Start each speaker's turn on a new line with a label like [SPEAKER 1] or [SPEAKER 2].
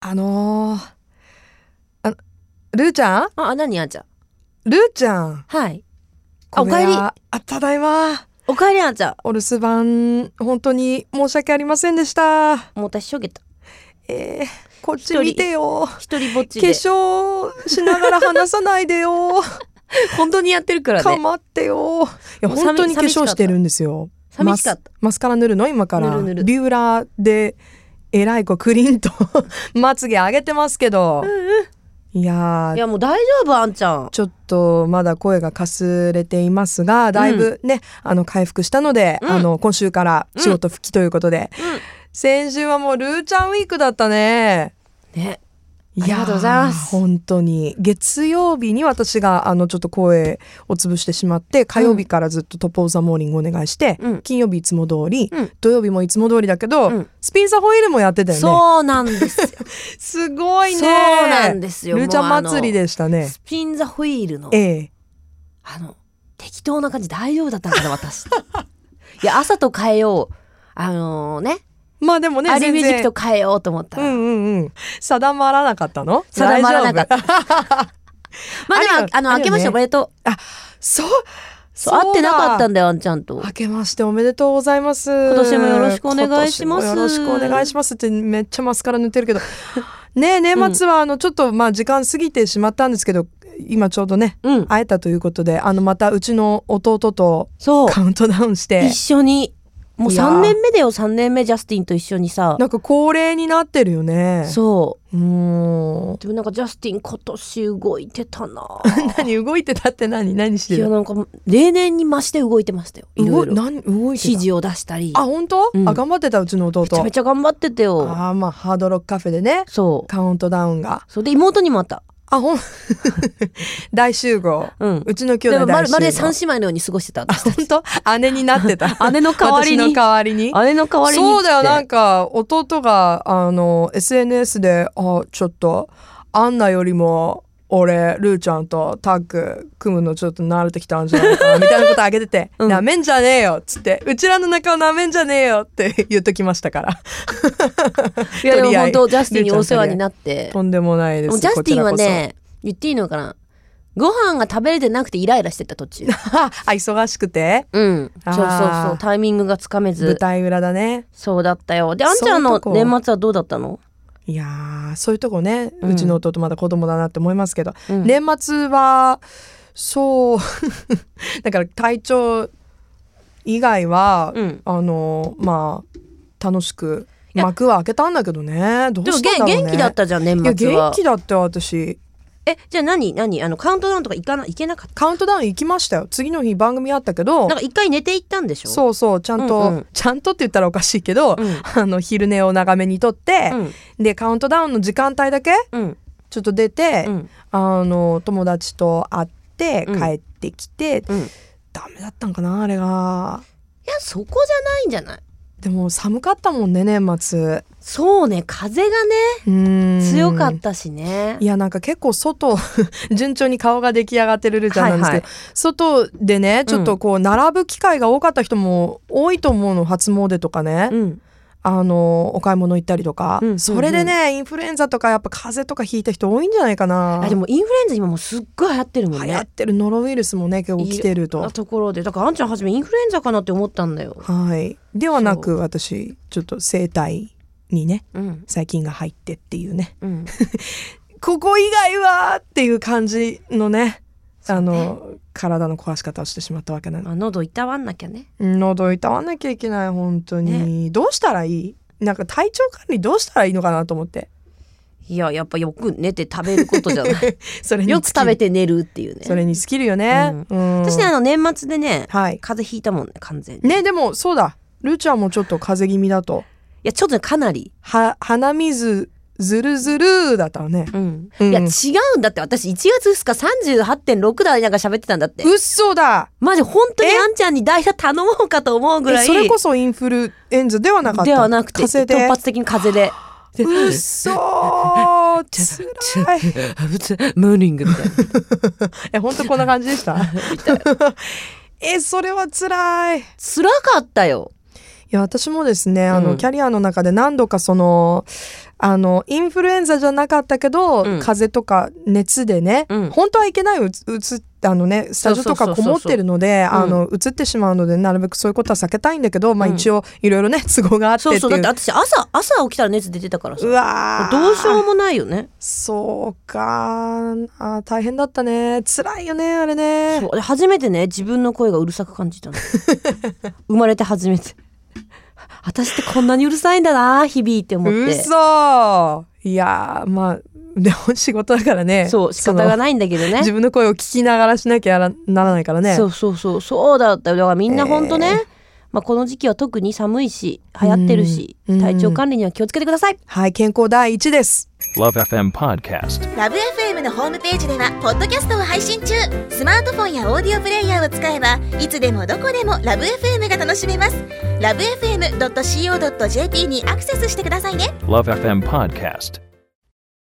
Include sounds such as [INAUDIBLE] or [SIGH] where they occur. [SPEAKER 1] あのー、あ、ルーちゃん
[SPEAKER 2] あ、あ、何あんちゃん。
[SPEAKER 1] ルーちゃん。
[SPEAKER 2] はい。あ
[SPEAKER 1] これは
[SPEAKER 2] お帰り
[SPEAKER 1] あ、ただいま。
[SPEAKER 2] おかえりあんちゃ
[SPEAKER 1] お留守番、本当に申し訳ありませんでした。
[SPEAKER 2] ん。もう私しょげた。
[SPEAKER 1] えー、こっち見てよ。
[SPEAKER 2] 一人ぼっ
[SPEAKER 1] 化
[SPEAKER 2] ちで。
[SPEAKER 1] 粧しながら話さないで
[SPEAKER 2] [LAUGHS]
[SPEAKER 1] よ。
[SPEAKER 2] 本当にやってるから
[SPEAKER 1] か
[SPEAKER 2] ね。
[SPEAKER 1] まってよ。いや、
[SPEAKER 2] もう
[SPEAKER 1] 本当に化
[SPEAKER 2] 寂しか
[SPEAKER 1] 粧
[SPEAKER 2] った
[SPEAKER 1] してるんですよ。
[SPEAKER 2] 寂しかった
[SPEAKER 1] マス。マスカラ塗るの今から。
[SPEAKER 2] 塗る塗る
[SPEAKER 1] ビューラーで、えらいこうクリンと [LAUGHS] まつげ上げてますけど。いやー
[SPEAKER 2] いや、もう大丈夫あんちゃん。
[SPEAKER 1] ちょっとまだ声がかすれていますが、だいぶね、あの回復したので、
[SPEAKER 2] うん
[SPEAKER 1] あの今週から仕事復帰ということで、
[SPEAKER 2] うん
[SPEAKER 1] 先週はもうルーちゃんウィークだったね。
[SPEAKER 2] ね。
[SPEAKER 1] いやー
[SPEAKER 2] ありがとうございます
[SPEAKER 1] 本当に。月曜日に私があのちょっと声を潰してしまって、火曜日からずっとトップオブザモーニングお願いして、
[SPEAKER 2] うん
[SPEAKER 1] 金曜日いつも通り、
[SPEAKER 2] うん
[SPEAKER 1] 土曜日もいつも通りだけど、
[SPEAKER 2] うん
[SPEAKER 1] スピンサホイールもやってたよね。
[SPEAKER 2] そうなんですよ。
[SPEAKER 1] すごいね。
[SPEAKER 2] そうなんですよ。
[SPEAKER 1] ルーちゃん
[SPEAKER 2] もうあの
[SPEAKER 1] 祭りでしたね
[SPEAKER 2] ス。ピンザホイールの
[SPEAKER 1] え、え。
[SPEAKER 2] あの、適当な感じ大丈夫だったんかな、 [LAUGHS] 私。いや、朝と変えよう。あのね、
[SPEAKER 1] まあでもね、
[SPEAKER 2] アリ
[SPEAKER 1] 全
[SPEAKER 2] ミュージ
[SPEAKER 1] 然
[SPEAKER 2] ックと変えようと思っ
[SPEAKER 1] う
[SPEAKER 2] たら。
[SPEAKER 1] んうんうん。定まらなかったの。
[SPEAKER 2] 定まらなかった
[SPEAKER 1] ある
[SPEAKER 2] [LAUGHS] まあで
[SPEAKER 1] よ
[SPEAKER 2] も、あの、
[SPEAKER 1] あるよね
[SPEAKER 2] 明けましておめでとう。
[SPEAKER 1] そう、
[SPEAKER 2] そう会ってなかった
[SPEAKER 1] ん
[SPEAKER 2] んだよ、あんちゃんと
[SPEAKER 1] 明。けましておめでとうございます。今
[SPEAKER 2] 年もよろしくお願いします
[SPEAKER 1] 今年もよろしくお願いしますってめっちゃマスカラ塗ってるけど。ねえ、年末はあの、ちょっとまあ時間過ぎてしまったんですけど、今ちょうどね、
[SPEAKER 2] うん。
[SPEAKER 1] 会えたということで、あの、またうちの弟と
[SPEAKER 2] そう。
[SPEAKER 1] カウントダウンして
[SPEAKER 2] 一、緒に。もう
[SPEAKER 1] いや
[SPEAKER 2] 3年目だよ、3年目、ジャスティンと一緒にさ。
[SPEAKER 1] なんか恒例になってるよね。。
[SPEAKER 2] そう
[SPEAKER 1] ん
[SPEAKER 2] う。。 [LAUGHS] でもなんかジャスティン今年動いてたな
[SPEAKER 1] 何動いてたって何何して
[SPEAKER 2] [LAUGHS] いや
[SPEAKER 1] る
[SPEAKER 2] なんか例年に増して動いてましたよ。いろいろ。
[SPEAKER 1] 動何動い
[SPEAKER 2] 指
[SPEAKER 1] てた
[SPEAKER 2] 示を出したり。
[SPEAKER 1] あ、本当、
[SPEAKER 2] うん
[SPEAKER 1] あ、頑張ってたうちの弟。
[SPEAKER 2] めちゃめちゃ頑張ってたよ。
[SPEAKER 1] ああまあハードロックカフェでね
[SPEAKER 2] そう。
[SPEAKER 1] カウントダウンが
[SPEAKER 2] そうで、妹にもあった。
[SPEAKER 1] あほん [LAUGHS] 大集合
[SPEAKER 2] うん。
[SPEAKER 1] うちの兄
[SPEAKER 2] で
[SPEAKER 1] 弟
[SPEAKER 2] もま
[SPEAKER 1] 大
[SPEAKER 2] る
[SPEAKER 1] 集合
[SPEAKER 2] まるで三姉妹のように過ごしてた。私たち
[SPEAKER 1] 本当姉になってた
[SPEAKER 2] [LAUGHS] 姉の [LAUGHS] 代わり
[SPEAKER 1] 私の
[SPEAKER 2] に。
[SPEAKER 1] 代わりに
[SPEAKER 2] 姉の代わりに。
[SPEAKER 1] そうだよな
[SPEAKER 2] なん
[SPEAKER 1] か弟があの SNS であちょっとアンナよりも俺ルーちゃんとタッグ組むのちょっと慣れてきたんじゃないかなみたいなことあげてて「
[SPEAKER 2] [LAUGHS] うん
[SPEAKER 1] なめんじゃねえよ」っつって「うちらの中をなめんじゃねえよ」って言っときましたから
[SPEAKER 2] いやでも本
[SPEAKER 1] と
[SPEAKER 2] 当、ジャスティンにお世話になって。
[SPEAKER 1] とんでもないです
[SPEAKER 2] もうジャスティンは
[SPEAKER 1] こちらこそ
[SPEAKER 2] ね、言っていいのかな。ご飯が食べれてなくてイライラしてた途中。
[SPEAKER 1] あ [LAUGHS] あ忙しくて
[SPEAKER 2] うん。
[SPEAKER 1] あー
[SPEAKER 2] そうそうそう。タイミングがつかめ
[SPEAKER 1] 舞
[SPEAKER 2] ず。
[SPEAKER 1] 台裏だね
[SPEAKER 2] そうだったよ。で、あんちゃんの
[SPEAKER 1] そういうとこ
[SPEAKER 2] 年末はどうだったの
[SPEAKER 1] いやーそういうとこね、う
[SPEAKER 2] うん
[SPEAKER 1] ちの弟まだ子供だなって思いますけど、
[SPEAKER 2] うん
[SPEAKER 1] 年末はそう [LAUGHS] だから体調以外は、
[SPEAKER 2] うん。
[SPEAKER 1] あのまあ楽しく
[SPEAKER 2] いや
[SPEAKER 1] 幕は開けたんだけどねどう
[SPEAKER 2] でも、
[SPEAKER 1] したん
[SPEAKER 2] げ
[SPEAKER 1] だろうね
[SPEAKER 2] 元気だったじゃん、年
[SPEAKER 1] いや
[SPEAKER 2] 末
[SPEAKER 1] 元
[SPEAKER 2] は。
[SPEAKER 1] 気だって私
[SPEAKER 2] え、じゃあ何何あの、カウントダウンとか行かな、行けなかっ
[SPEAKER 1] カウントダウン行きましたよ次の日番組あったけど
[SPEAKER 2] たなんか一回寝て行ったんでしょう。
[SPEAKER 1] そうそうちゃんと、
[SPEAKER 2] うんうん
[SPEAKER 1] ちゃんとって言ったらおかしいけど、
[SPEAKER 2] うん。
[SPEAKER 1] あの昼寝を長めにとって、
[SPEAKER 2] うん。
[SPEAKER 1] でカウントダウンの時間帯だけ
[SPEAKER 2] うん。
[SPEAKER 1] ちょっと出て、
[SPEAKER 2] うん。
[SPEAKER 1] あの友達と会って
[SPEAKER 2] うん
[SPEAKER 1] 帰ってきて、
[SPEAKER 2] うん。い
[SPEAKER 1] ダメだったんかなあれが
[SPEAKER 2] や、そこじゃないんじゃない
[SPEAKER 1] でも寒かったもんね年末
[SPEAKER 2] そうね、風がね、
[SPEAKER 1] うーん
[SPEAKER 2] 強かったしね
[SPEAKER 1] い。やなんか結構外 [LAUGHS] 順調に顔が出来上がってるルちゃんなんですけど、
[SPEAKER 2] は
[SPEAKER 1] 外でねちょっとこう並ぶ機会が多かった人も多いと思うの初詣とかね、
[SPEAKER 2] うん。
[SPEAKER 1] あのお買い物行ったりとか、
[SPEAKER 2] うん
[SPEAKER 1] それでね、インフルエンザとかやっぱ風邪とかひいた人多いんじゃないかな
[SPEAKER 2] あ、でもインフルエンザ今もうすっごい流行ってるもん
[SPEAKER 1] 流
[SPEAKER 2] ね。
[SPEAKER 1] 行ってるノロウイルスもね結構来てると
[SPEAKER 2] なところで。だからあんちゃんはじめインフルエンザかなって思ったんだよ。
[SPEAKER 1] はい、ではなく私ちょっと整体にね
[SPEAKER 2] うん。
[SPEAKER 1] 細菌が入ってっていうね
[SPEAKER 2] うん。
[SPEAKER 1] ここ以外はっていう感じのねあの体の壊し方をしてしまったわけなの
[SPEAKER 2] あ喉いたわんなきゃね。
[SPEAKER 1] 喉いたわなきゃいけない本当に、どうしたらいいなんか体調管理どうしたらいいのかなと思
[SPEAKER 2] [LAUGHS]
[SPEAKER 1] って
[SPEAKER 2] いや、やっぱよく寝て食べることじ
[SPEAKER 1] [LAUGHS]
[SPEAKER 2] ゃない。
[SPEAKER 1] それに
[SPEAKER 2] よく食べて寝るっていうね。
[SPEAKER 1] それに尽きるよね、うん
[SPEAKER 2] 私ね、あの、年末でね、
[SPEAKER 1] はい
[SPEAKER 2] 風邪ひいたもんね、完全に。
[SPEAKER 1] ねでもそうだルーちゃんもちょっと風邪気味だと
[SPEAKER 2] いや、ちょっとねかなり。
[SPEAKER 1] は鼻水ずるずるだったのね
[SPEAKER 2] うん。
[SPEAKER 1] うん
[SPEAKER 2] いや、違うんだって。私、1月2日38.6だなんか喋ってたんだって。
[SPEAKER 1] 嘘だ
[SPEAKER 2] マジ、本当にあんちゃんに代打頼もうかと思うぐらい。
[SPEAKER 1] えそれこそインフルエンザではなかった
[SPEAKER 2] ではなくて、
[SPEAKER 1] 風邪
[SPEAKER 2] 突
[SPEAKER 1] で
[SPEAKER 2] 発的に風邪で。
[SPEAKER 1] うっそ
[SPEAKER 2] [LAUGHS]
[SPEAKER 1] ーつらい [LAUGHS]
[SPEAKER 2] ムーニングみたいな。
[SPEAKER 1] え本当こんな感じで [LAUGHS] したえそれはつらい
[SPEAKER 2] 辛かったよ。
[SPEAKER 1] や、私もですね、あ
[SPEAKER 2] う
[SPEAKER 1] の、
[SPEAKER 2] ん
[SPEAKER 1] キャリアの中で何度かその、あの、インフルエンザじゃなかったけど、
[SPEAKER 2] ん
[SPEAKER 1] 風邪とか熱でね、
[SPEAKER 2] うん
[SPEAKER 1] 本当はいけないうつ、うつ、あのね、スタジオと
[SPEAKER 2] そ
[SPEAKER 1] かこ
[SPEAKER 2] うそうそうそう
[SPEAKER 1] もってるので、
[SPEAKER 2] うん
[SPEAKER 1] あの、うつってしまうので、なるべくそういうことは避けたいんだけど、まあ
[SPEAKER 2] うん
[SPEAKER 1] 一応、いろいろね、 [LAUGHS] 都合があってっ
[SPEAKER 2] そ
[SPEAKER 1] ていうう。
[SPEAKER 2] そうだって私朝朝起きたら熱出てたからさ
[SPEAKER 1] うわー
[SPEAKER 2] どうしようもないよね
[SPEAKER 1] そうかあー大変だったね辛いよねあれね
[SPEAKER 2] そうで初めてね自分の声がうるさく感
[SPEAKER 1] [LAUGHS]
[SPEAKER 2] じたの生まれて初めて私ってこんなにうるさいんだな日々って思っ
[SPEAKER 1] う
[SPEAKER 2] て
[SPEAKER 1] そいやーまあでも仕事だからね
[SPEAKER 2] そう仕方
[SPEAKER 1] そ
[SPEAKER 2] が
[SPEAKER 1] の
[SPEAKER 2] ないんだけどね
[SPEAKER 1] 自分の声を聞きながらしなきゃならならないからね
[SPEAKER 2] そうそうそうそうだったよだからみんなほんとね、まあ、この時期は特に寒いし流行ってるし
[SPEAKER 1] うん
[SPEAKER 2] 体調管理には気をつけてください
[SPEAKER 1] はい健康第一です
[SPEAKER 3] Love FM Podcast.
[SPEAKER 4] ラブ f m のホームページではポッドキャストを配信中スマートフォンやオーディオプレイヤーを使えばいつでもどこでもラブ f m が楽しめますラブ FM.co.jp にアクセスしてくださいね
[SPEAKER 3] Love FM Podcast.